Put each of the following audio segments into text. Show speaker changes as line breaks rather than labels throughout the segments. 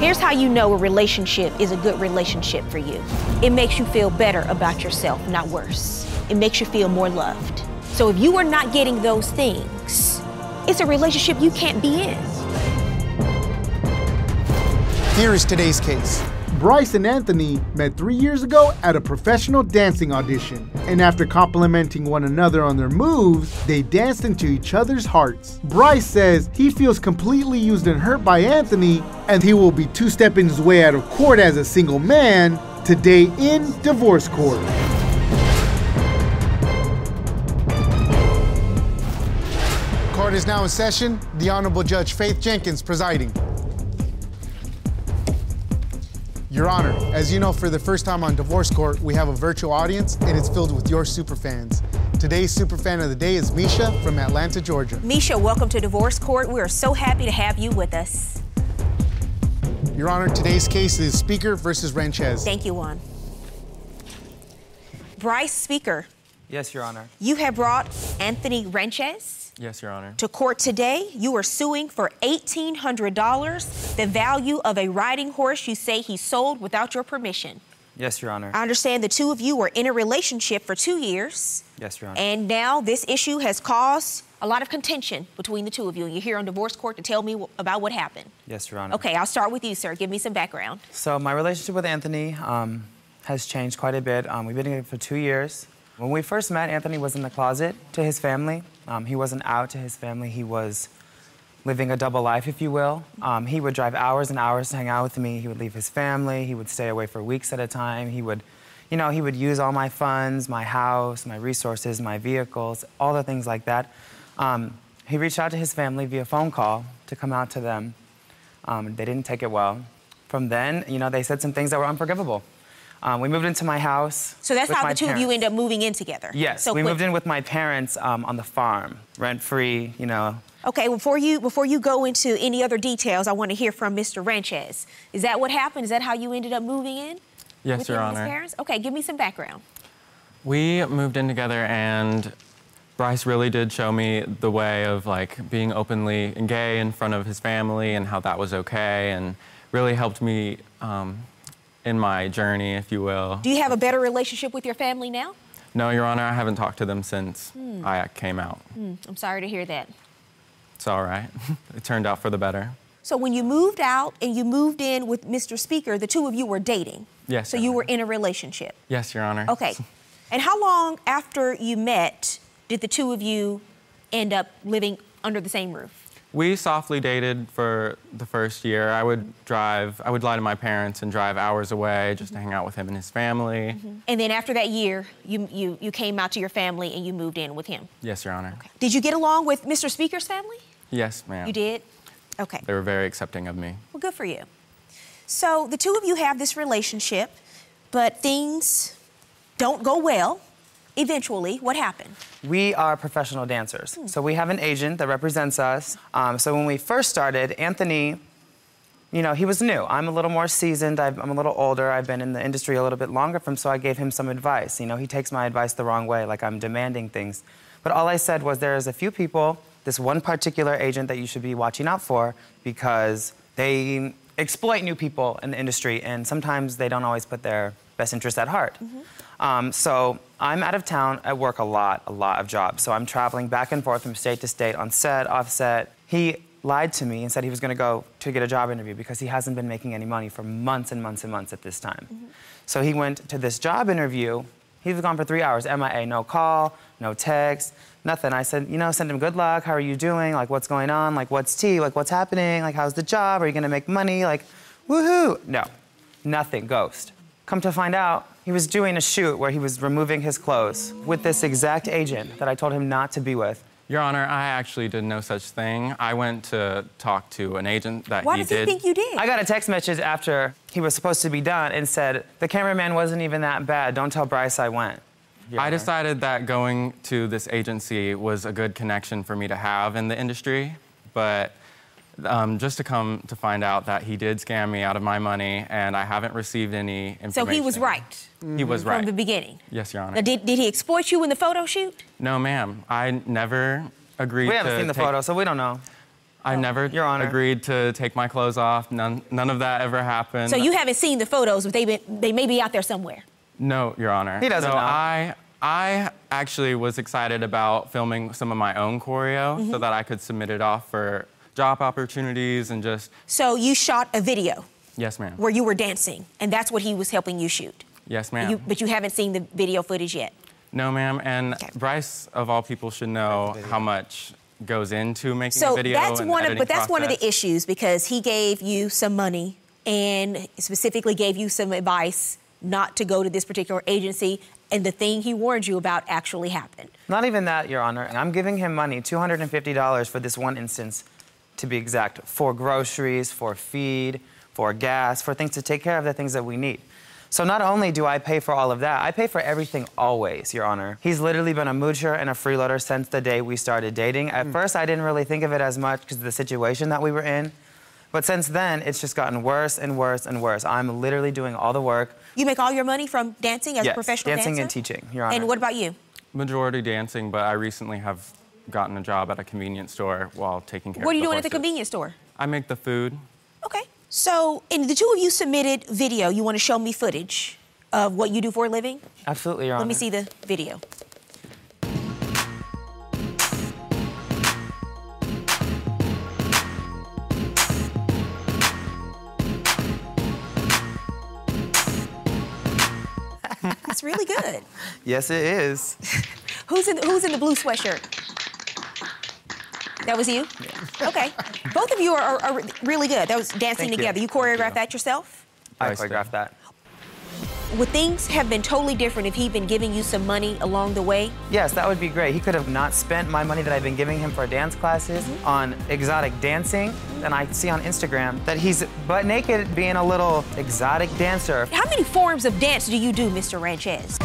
Here's how you know a relationship is a good relationship for you it makes you feel better about yourself, not worse. It makes you feel more loved. So if you are not getting those things, it's a relationship you can't be in.
Here is today's case.
Bryce and Anthony met three years ago at a professional dancing audition, and after complimenting one another on their moves, they danced into each other's hearts. Bryce says he feels completely used and hurt by Anthony, and he will be two stepping his way out of court as a single man today in divorce court.
Court is now in session. The Honorable Judge Faith Jenkins presiding. Your Honor, as you know, for the first time on Divorce Court, we have a virtual audience and it's filled with your superfans. Today's superfan of the day is Misha from Atlanta, Georgia.
Misha, welcome to Divorce Court. We are so happy to have you with us.
Your Honor, today's case is Speaker versus Ranchez.
Thank you, Juan. Bryce Speaker,
Yes, Your Honor.
you have brought Anthony Renchez
Yes, Your Honor.
to court today. You are suing for $1,800, the value of a riding horse you say he sold without your permission.
Yes, Your Honor.
I understand the two of you were in a relationship for two years.
Yes, Your Honor.
And now this issue has caused a lot of contention between the two of you. And you're here on divorce court to tell me wh- about what happened.
yes, Your Honor.
Okay, I'll start with you, sir. Give me some background.
So my relationship with Anthony um, has changed quite a bit. Um, we've been together for two years. When we first met, Anthony was in the closet to his family. Um, he wasn't out to his family. He was living a double life, if you will. Um, he would drive hours and hours to hang out with me. He would leave his family. He would stay away for weeks at a time. He would, you know, he would use all my funds, my house, my resources, my vehicles, all the things like that. Um, he reached out to his family via phone call to come out to them. Um, they didn't take it well. From then, you know, they said some things that were unforgivable. Um, we moved into my house.
So that's
with
how
my
the two of you
parents.
end up moving in together.
Yes,
So
we
quick-
moved in with my parents um, on the farm, rent free. You know,
Okay, before you before you go into any other details, I want to hear from Mr. Ranchez. Is that what happened? Is that how you ended up moving in?
Yes,
with
Your
him and his
Honor.
parents? Okay, give me some background.
We moved in together, and Bryce really did show me the way of like being openly gay in front of his family and how that was okay, and really helped me um, in my journey, if you will.
Do you have a better relationship with your family now?
No, Your Honor, I haven't talked to them since
Hmm.
I came out.
I'm sorry to hear that.
It's all right. it turned out for the better.
So when you moved out and you moved in with Mr. Speaker, the two of you were dating.
Yes,
So
Your
you were
Honor.
in a relationship.
Yes, Your Honor.
Okay. And how long after you met did the two of you end up living under the same roof?
We softly dated for the first year. I would drive, I would lie to my parents and drive hours away just
Mm-hmm.
to hang out with him and his family.
And then after that year, you, you, you came out to your family and you moved in with him.
Yes, Your Honor.
Did you get along with Mr. Speaker's family?
Yes, ma'am.
You did? Okay.
They were very accepting of me.
Well, good for you. So the two of you have this relationship, but things don't go well. Eventually, what happened?
we are professional dancers, so we have an agent that represents us. Um, so when we first started, Anthony, you know, he was new. I'm a little more seasoned. I've, I'm a little older. I've been in the industry a little bit longer from, so I gave him some advice. You know, he takes my advice the wrong way, like I'm demanding things. But all I said was there is a few people, this one particular agent that you should be watching out for because they exploit new people in the industry, and sometimes they don't always put their best interest at heart. Um, so I'm out of town. I work a lot, a lot of jobs. So I'm traveling back and forth from state to state, on set, off set. He lied to me and said he was going to go to get a job interview because he hasn't been making any money for months and months and months at this time. So he went to this job interview. He was gone for three hours, MIA, no call, no text, nothing. I said, you know, send him good luck. How are you doing? Like, what's going on? Like, what's tea? Like, what's happening? Like, how's the job? Are you going to make money? Like, woohoo. No, nothing, ghost. Come to find out, he was doing a shoot where he was removing his clothes with this exact agent that I told him not to be with.
Your Honor, I actually did no such thing. I went to talk to an agent that
Why
he
does he
did.
think you did?
I got a text message after he was supposed to be done and said, the cameraman wasn't even that bad. Don't tell Bryce I went. Your
I
Honor.
decided that going to this agency was a good connection for me to have in the industry, but um, just to come to find out that he did scam me out of my money and I haven't received any information.
So he was right
He was right.
from the beginning.
Yes, Your Honor.
Now, did, did he exploit you in the photo shoot?
no, ma'am. I never agreed
We
to
haven't seen the
take-
photo, so we don't know.
I never
Your Honor.
agreed to take my clothes off. None, none of that ever happened.
So you haven't seen the photos, but they been, they may be out there somewhere.
No, Your Honor.
He doesn't
so
know.
I, I actually was excited about filming some of my own choreo
Mm-hmm.
so that I could submit it off for job opportunities and just,
So you shot a video
yes, ma'am.
where you were dancing, and that's what he was helping you shoot.
Yes, ma'am.
You, but you haven't seen the video footage yet.
No, ma'am. And
Okay.
Bryce, of all people, should know how much goes into making
So
a video.
that's
and
one of,
editing
but that's one of the
process.
issues because he gave you some money and specifically gave you some advice not to go to this particular agency, and the thing he warned you about actually happened.
Not even that, Your Honor. I'm giving him money, $250 for this one instance, to be exact, for groceries, for feed, for gas, for things to take care of the things that we need. So not only do I pay for all of that, I pay for everything always, Your Honor. He's literally been a moocher and a freeloader since the day we started dating. At first, I didn't really think of it as much because of the situation that we were in. But since then, it's just gotten worse and worse and worse. I'm literally doing all the work.
You make all your money from dancing as
Yes,
a professional
dancing
dancer?
and teaching, Your Honor.
And what about you?
Majority dancing, but I recently have gotten a job at a convenience store while taking care
What
of
are you
the
doing at the
horses.
convenience store?
I make the food.
Okay. So, and the two of you submitted video. You want to show me footage of what you do for a living?
Absolutely, Your Honor.
Let me see the video. That's really good.
Yes, it is.
Who's in Who's in the blue sweatshirt? That was you. Okay, both of you are, are, are really good. That was dancing
Thank you.
together. You, choreographed that yourself.
I
Bryce did.
choreographed that.
Would things have been totally different if he'd been giving you some money along the way?
Yes, that would be great. He could have not spent my money that I've been giving him for dance classes on exotic dancing. And I see on Instagram that he's butt naked being a little exotic dancer.
How many forms of dance do you do, Mr. Ranchez?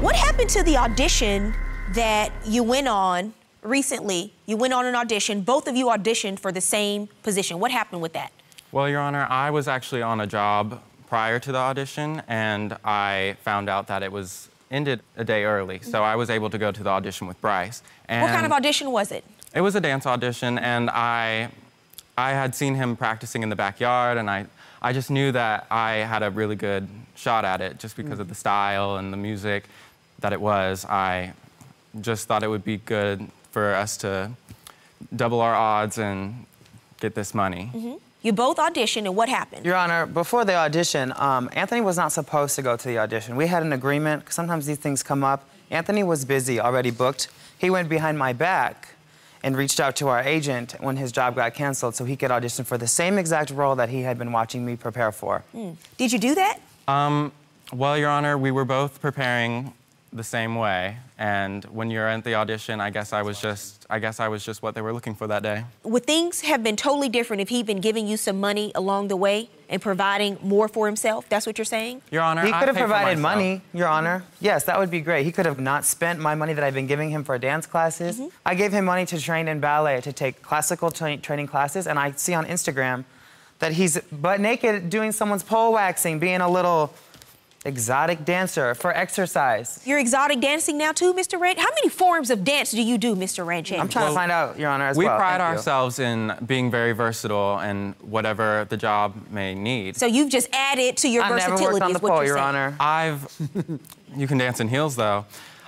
What happened to the audition that you went on recently? You went on an audition, both of you auditioned for the same position. What happened with that?
Well, Your Honor, I was actually on a job prior to the audition, and I found out that it was ended a day early. So I was able to go to the audition with Bryce. And
What kind of audition was it?
It was a dance audition, and I, I had seen him practicing in the backyard, and I, I just knew that I had a really good shot at it, just because of the style and the music that it was. I just thought it would be good for us to double our odds and get this money.
You both auditioned, and what happened?
Your Honor, before the audition, um, Anthony was not supposed to go to the audition. We had an agreement. Sometimes these things come up. Anthony was busy, already booked. He went behind my back and reached out to our agent when his job got canceled so he could audition for the same exact role that he had been watching me prepare for.
Did you do that?
Well, Your Honor, we were both preparing the same way, and when you're at the audition, I guess I was just, I guess I was just what they were looking for that day.
would things have been totally different if he'd been giving you some money along the way and providing more for himself? That's what you're saying?
Your Honor,
He
I
could have
pay for
provided
myself.
money, Your Honor. Yes, that would be great. He could have not spent my money that I've been giving him for dance classes.
Mm-hmm.
I gave him money to train in ballet, to take classical tra- training classes, and I see on Instagram that he's butt naked doing someone's pole waxing, being a little exotic dancer for exercise.
You're exotic dancing now too, Mr. Ranch? How many forms of dance do you do, Mr. Ranchette?
I'm trying to
Well,
find out, Your Honor, as
we
well.
pride
Thank you.
ourselves in being very versatile and whatever the job may need.
So you've just added to your
I've never
versatility
worked on
is
the
what
pole,
you're
Your
saying.
Honor.
I've, you can dance in heels though.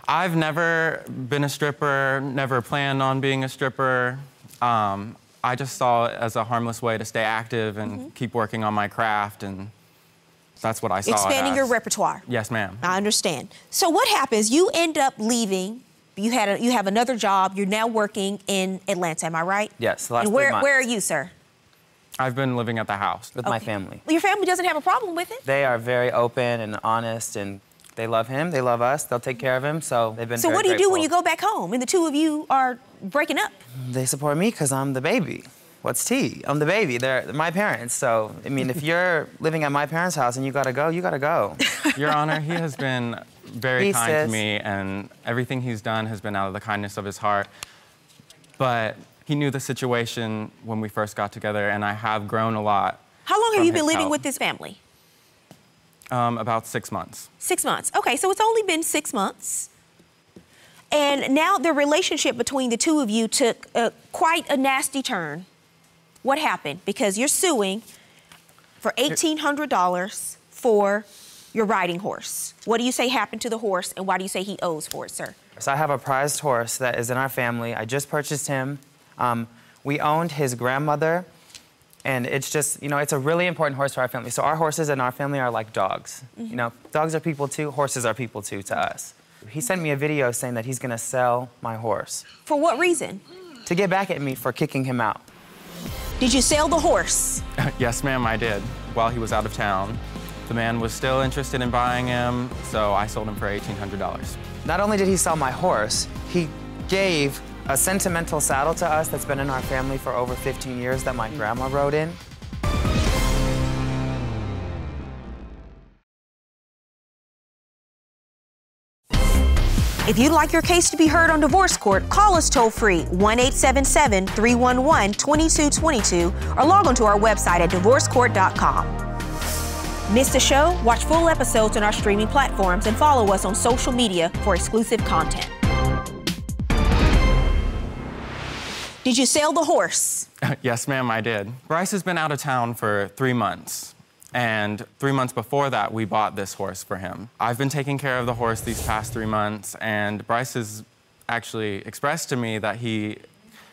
I've never been a stripper, never planned on being a stripper. Um, I just saw it as a harmless way to stay active and keep working on my craft, and that's what I
Oh,
saw. it
Expanding your Uh,
as.
repertoire.
Yes, ma'am.
I understand. So what happens? You end up leaving. You had a, you have another job. You're now working in Atlanta. Am I right?
Yes, the last
and
three
where
months.
where are you, sir?
I've been living at the house.
With my family.
Your family doesn't have a problem with it.
They are very open and honest, and they love him, they love us, they'll take care of him, so they've been
So
very
what do you do when
grateful.
you go back home and the two of you are breaking up?
they support me because I'm the baby. What's tea? I'm the baby. They're my parents. So, I mean, if you're living at my parents' house and you gotta go, you gotta go.
Your Honor, he has been very
He
kind
says-
to me, and everything he's done has been out of the kindness of his heart. But he knew the situation when we first got together, and I have grown a lot.
How long have
from
you been
his
living
help.
with this family?
Um, about six months.
Six months. Okay, so it's only been six months. And now the relationship between the two of you took uh, quite a nasty turn. What happened? Because you're suing for $1,800 for your riding horse. What do you say happened to the horse, and why do you say he owes for it, sir?
So I have a prized horse that is in our family. I just purchased him. Um, we owned his grandmother, and it's just, you know, it's a really important horse for our family. So our horses in our family are like dogs. You know, dogs are people too, horses are people too to us. He sent me a video saying that he's gonna sell my horse
For what reason?
to get back at me for kicking him out.
Did you sell the horse?
yes, ma'am, I did. While he was out of town, the man was still interested in buying him, so I sold him for $1,800.
Not only did he sell my horse, he gave a sentimental saddle to us that's been in our family for over 15 years that my grandma rode in.
If you'd like your case to be heard on divorce court, call us toll free 1 877 311 2222 or log on to our website at divorcecourt.com. Miss the show? Watch full episodes on our streaming platforms and follow us on social media for exclusive content. Did you sell the horse?
yes, ma'am, I did. Bryce has been out of town for three months. And three months before that, we bought this horse for him. I've been taking care of the horse these past three months, and Bryce has actually expressed to me that he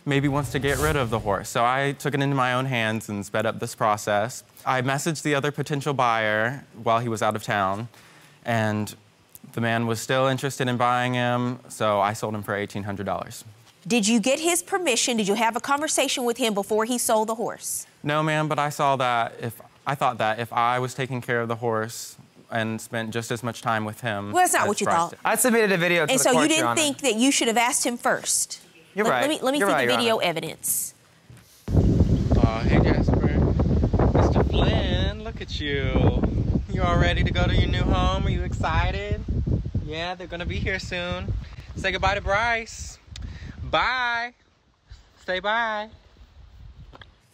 maybe wants to get rid of the horse. So I took it into my own hands and sped up this process. I messaged the other potential buyer while he was out of town, and the man was still interested in buying him, so I sold him for $1,800.
Did you get his permission? Did you have a conversation with him before he sold the horse?
No, ma'am, but I saw that if I thought that if I was taking care of the horse and spent just as much time with him.
Well, that's not
as
what you
Bryce
thought.
did-
I submitted a video to
And
the
so
court,
you
Your
didn't
Honor.
think that you should have asked him first.
You're
let,
right.
Let me, let me
You're
see
right,
the
Your
video
Honor.
evidence.
Oh, hey Jasper. Mr. Flynn, look at you. You all ready to go to your new home? Are you excited? Yeah, they're gonna be here soon. Say goodbye to Bryce. Bye. Say bye.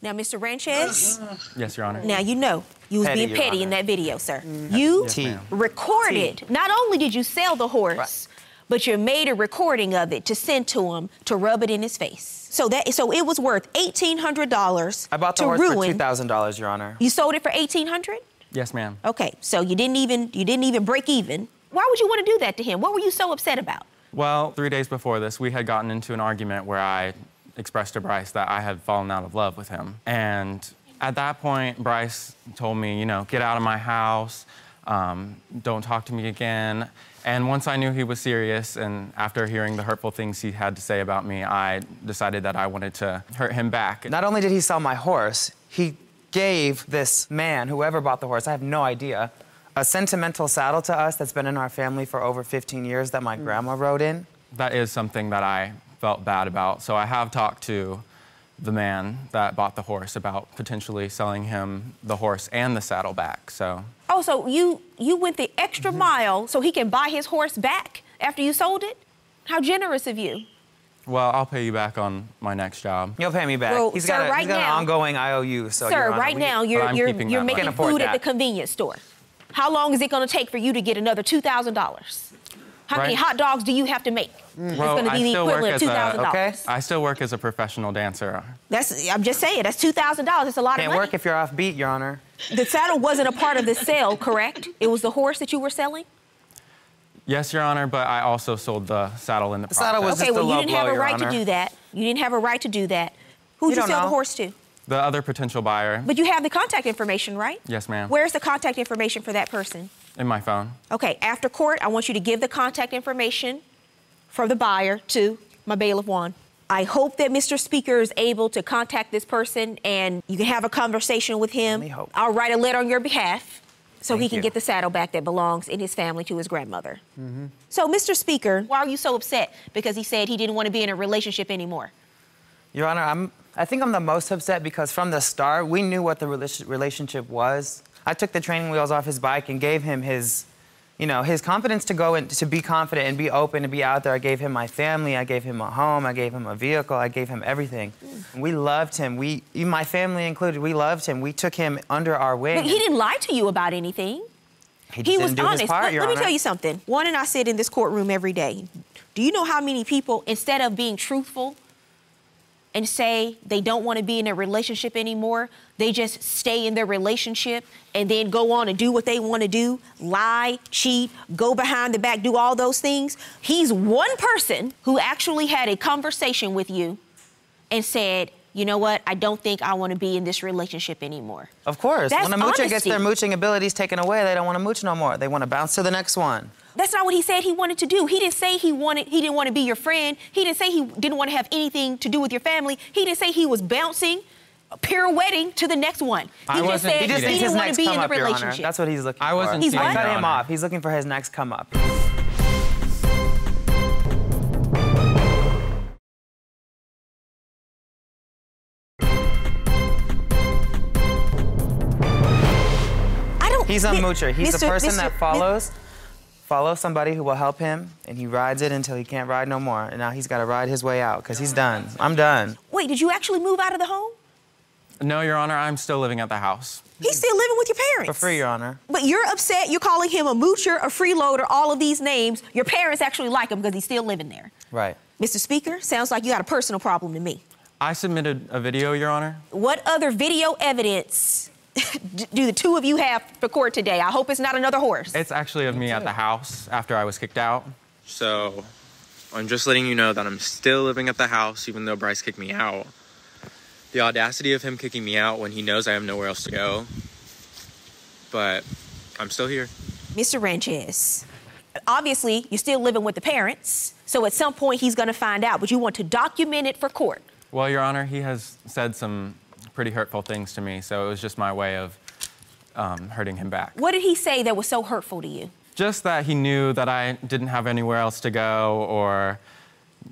Now, Mr. Ranchez,
Yes, Your Honor.
now you know you was
Petty,
being
Your
petty in
Honor.
that video, sir. You
Mm-hmm. Yes, ma'am.
recorded. Not only did you sell the horse,
Right.
but you made a recording of it to send to him to rub it in his face. So that so it was worth eighteen hundred dollars
I bought the
to
horse for
ruin.
$2,000, Your Honor.
you sold it for eighteen hundred.
Yes, ma'am.
Okay, so you didn't even you didn't even break even. Why would you want to do that to him? What were you so upset about?
Well, three days before this, we had gotten into an argument where I expressed to Bryce that I had fallen out of love with him. And at that point, Bryce told me, you know, get out of my house, um, don't talk to me again. And once I knew he was serious, and after hearing the hurtful things he had to say about me, I decided that I wanted to hurt him back.
Not only did he sell my horse, he gave this man, whoever bought the horse, I have no idea, a sentimental saddle to us that's been in our family for over 15 years that my
Mm.
grandma rode in.
that is something that I felt bad about. So I have talked to the man that bought the horse about potentially selling him the horse and the saddle back. So
Oh, so you you went the
Mm-hmm.
extra mile so he can buy his horse back after you sold it? How generous of you.
well, I'll pay you back on my next job.
You'll pay me back.
Well,
he's
sir,
got, a,
right
he's got
now-
an ongoing IOU. So,
Sir,
Your Honor,
right
we-
now you're
I'm
you're,
keeping
you're
that
making
Can't
money.
afford
food at the
that.
convenience store. How long is it going to take for you to get another two thousand dollars? How many
Right.
hot dogs do you have to make? It's
Well,
going to
I
be the
still work
equivalent of
as
two
a-
thousand
okay.
dollars.
I still work as a professional dancer.
That's I'm just saying that's two thousand dollars. It's a lot
Can't
of money.
work if you're off beat, Your Honor.
The saddle wasn't a part of the sale, correct? It was the horse that you were selling.
Yes, Your Honor, but I also sold the saddle in the, the
saddle was-
Okay,
just a
well you
low
didn't
blow,
have a
Your
right to
Honor.
do that. You didn't have a right to do that. Who'd
You
you,
don't
sell the
know.
horse to?
the other potential buyer
But you have the contact information, right?
Yes, ma'am.
Where's the contact information for that person?
in my phone.
Okay, after court, I want you to give the contact information for the buyer to my bailiff Juan. I hope that Mr. Speaker is able to contact this person and you can have a conversation with him.
Let me hope.
I'll write a letter on your behalf so he
Thank
can
you.
get the saddle back that belongs in his family to his grandmother.
Mm-hmm.
So, Mr. Speaker, why are you so upset? Because he said he didn't want to be in a relationship anymore.
Your Honor, I'm, I think I'm the most upset because from the start, we knew what the rela- relationship was. I took the training wheels off his bike and gave him his, you know, his confidence to go and to be confident and be open and be out there. I gave him my family. I gave him a home. I gave him a vehicle. I gave him everything.
Mm.
We loved him. We, even my family included, we loved him. We took him under our wing.
But he didn't lie to you about anything.
He,
He
just
was
didn't do
honest.
his part,
let
Your
let me
Honor.
tell you something. Juan and I sit in this courtroom every day. Do you know how many people, instead of being truthful and say they don't want to be in a relationship anymore, they just stay in their relationship and then go on and do what they want to do lie, cheat, go behind the back, do all those things? He's one person who actually had a conversation with you and said, you know what, I don't think I want to be in this relationship anymore.
Of course.
That's
when a moocher gets their
honesty.
mooching abilities taken away, they don't want to mooch no more. They want to bounce to the next one.
That's not what he said he wanted to do. He didn't say he wanted he didn't want to be your friend. He didn't say he didn't want to have anything to do with your family. He didn't say he was bouncing, pirouetting to the next one. He
I
just
wasn't-
said
He
he,
just needs
didn't
his
want to be in the
Your Honor.
relationship.
That's what he's looking
I
for.
wasn't
He's
seeing
what?
Your
Cut him
Honor.
off. He's looking for his next come up.
I don't.
He's a
Mi-
moocher. He's a
Mr.
person
Mr.
that follows, follows somebody who will help him, and he rides it until he can't ride no more. And now he's got to ride his way out because he's done. I'm done.
Wait, did you actually move out of the home?
No, Your Honor, I'm still living at the house.
He's still living with your parents.
For free, Your Honor.
But you're upset. You're calling him a moocher, a freeloader, all of these names. Your parents actually like him because he's still living there.
Right.
Mr. Speaker, sounds like you got a personal problem to me.
I submitted a video, Your Honor.
What other video evidence d- do the two of you have for court today? I hope it's not another horse.
It's actually of me at the house after I was kicked out.
So, I'm just letting you know that I'm still living at the house even though Bryce kicked me out. The audacity of him kicking me out when he knows I have nowhere else to go. But I'm still here.
Mr. Ranches, obviously you're still living with the parents, so at some point he's gonna find out, but you want to document it for court.
Well, Your Honor, he has said some pretty hurtful things to me, so it was just my way of um, hurting him back.
What did he say that was so hurtful to you?
Just that he knew that I didn't have anywhere else to go, or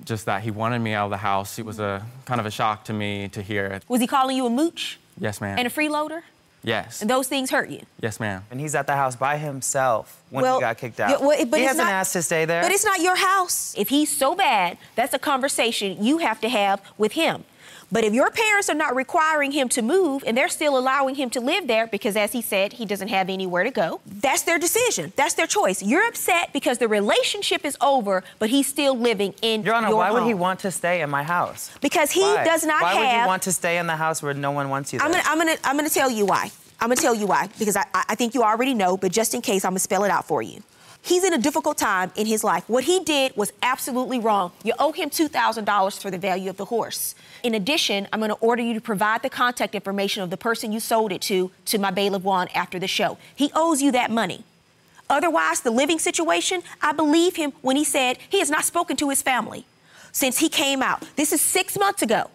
just that he wanted me out of the house. It was a kind of a shock to me to hear.
Was he calling you a mooch
Yes, ma'am.
and a freeloader?
yes.
Those things hurt you.
yes, ma'am.
And he's at the house by himself when he got kicked out.
yeah, well, it- but
he
it's
hasn't
not-
asked to stay there.
But it's not your house. If he's so bad, that's a conversation you have to have with him. But if your parents are not requiring him to move and they're still allowing him to live there because, as he said, he doesn't have anywhere to go, that's their decision. That's their choice. You're upset because the relationship is over, but he's still living in
Your Honor, why would he
home.
want to stay in my house?
Because he
Why?
does not
Why
have.
would you want to stay in the house where no one wants you?
I'm
there?
gonna, I'm gonna, I'm gonna tell you why. I'm gonna tell you why because I, I I think you already know, but just in case, I'm gonna spell it out for you. He's in a difficult time in his life. What he did was absolutely wrong. You owe him $2,000 for the value of the horse. In addition, I'm going to order you to provide the contact information of the person you sold it to to my bailiff Juan after the show. He owes you that money. Otherwise, the living situation, I believe him when he said he has not spoken to his family since he came out. This is six months ago.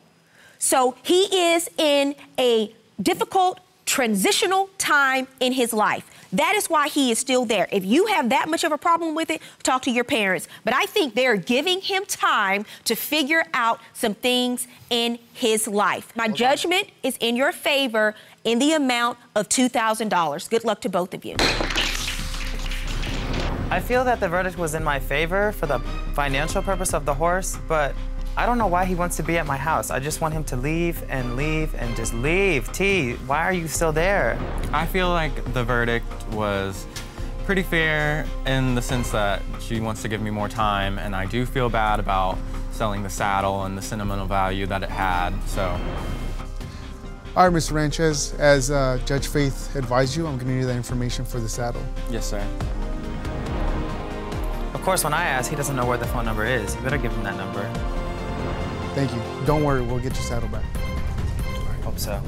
So he is in a difficult transitional time in his life. That is why he is still there. If you have that much of a problem with it, talk to your parents. But I think they're giving him time to figure out some things in his life. My judgment is in your favor in the amount of $2,000. Good luck to both of you.
I feel that the verdict was in my favor for the financial purpose of the horse, but I don't know why he wants to be at my house. I just want him to leave and leave and just leave. T, why are you still there?
I feel like the verdict was pretty fair in the sense that she wants to give me more time, and I do feel bad about selling the saddle and the sentimental value that it had. So,
All right, Mr. Ranches, as uh, Judge Faith advised you, I'm going to need that information for the saddle.
yes, sir.
Of course, when I ask, he doesn't know where the phone number is. You better give him that number.
Thank you. Don't worry, we'll get your saddle back.
Hope so.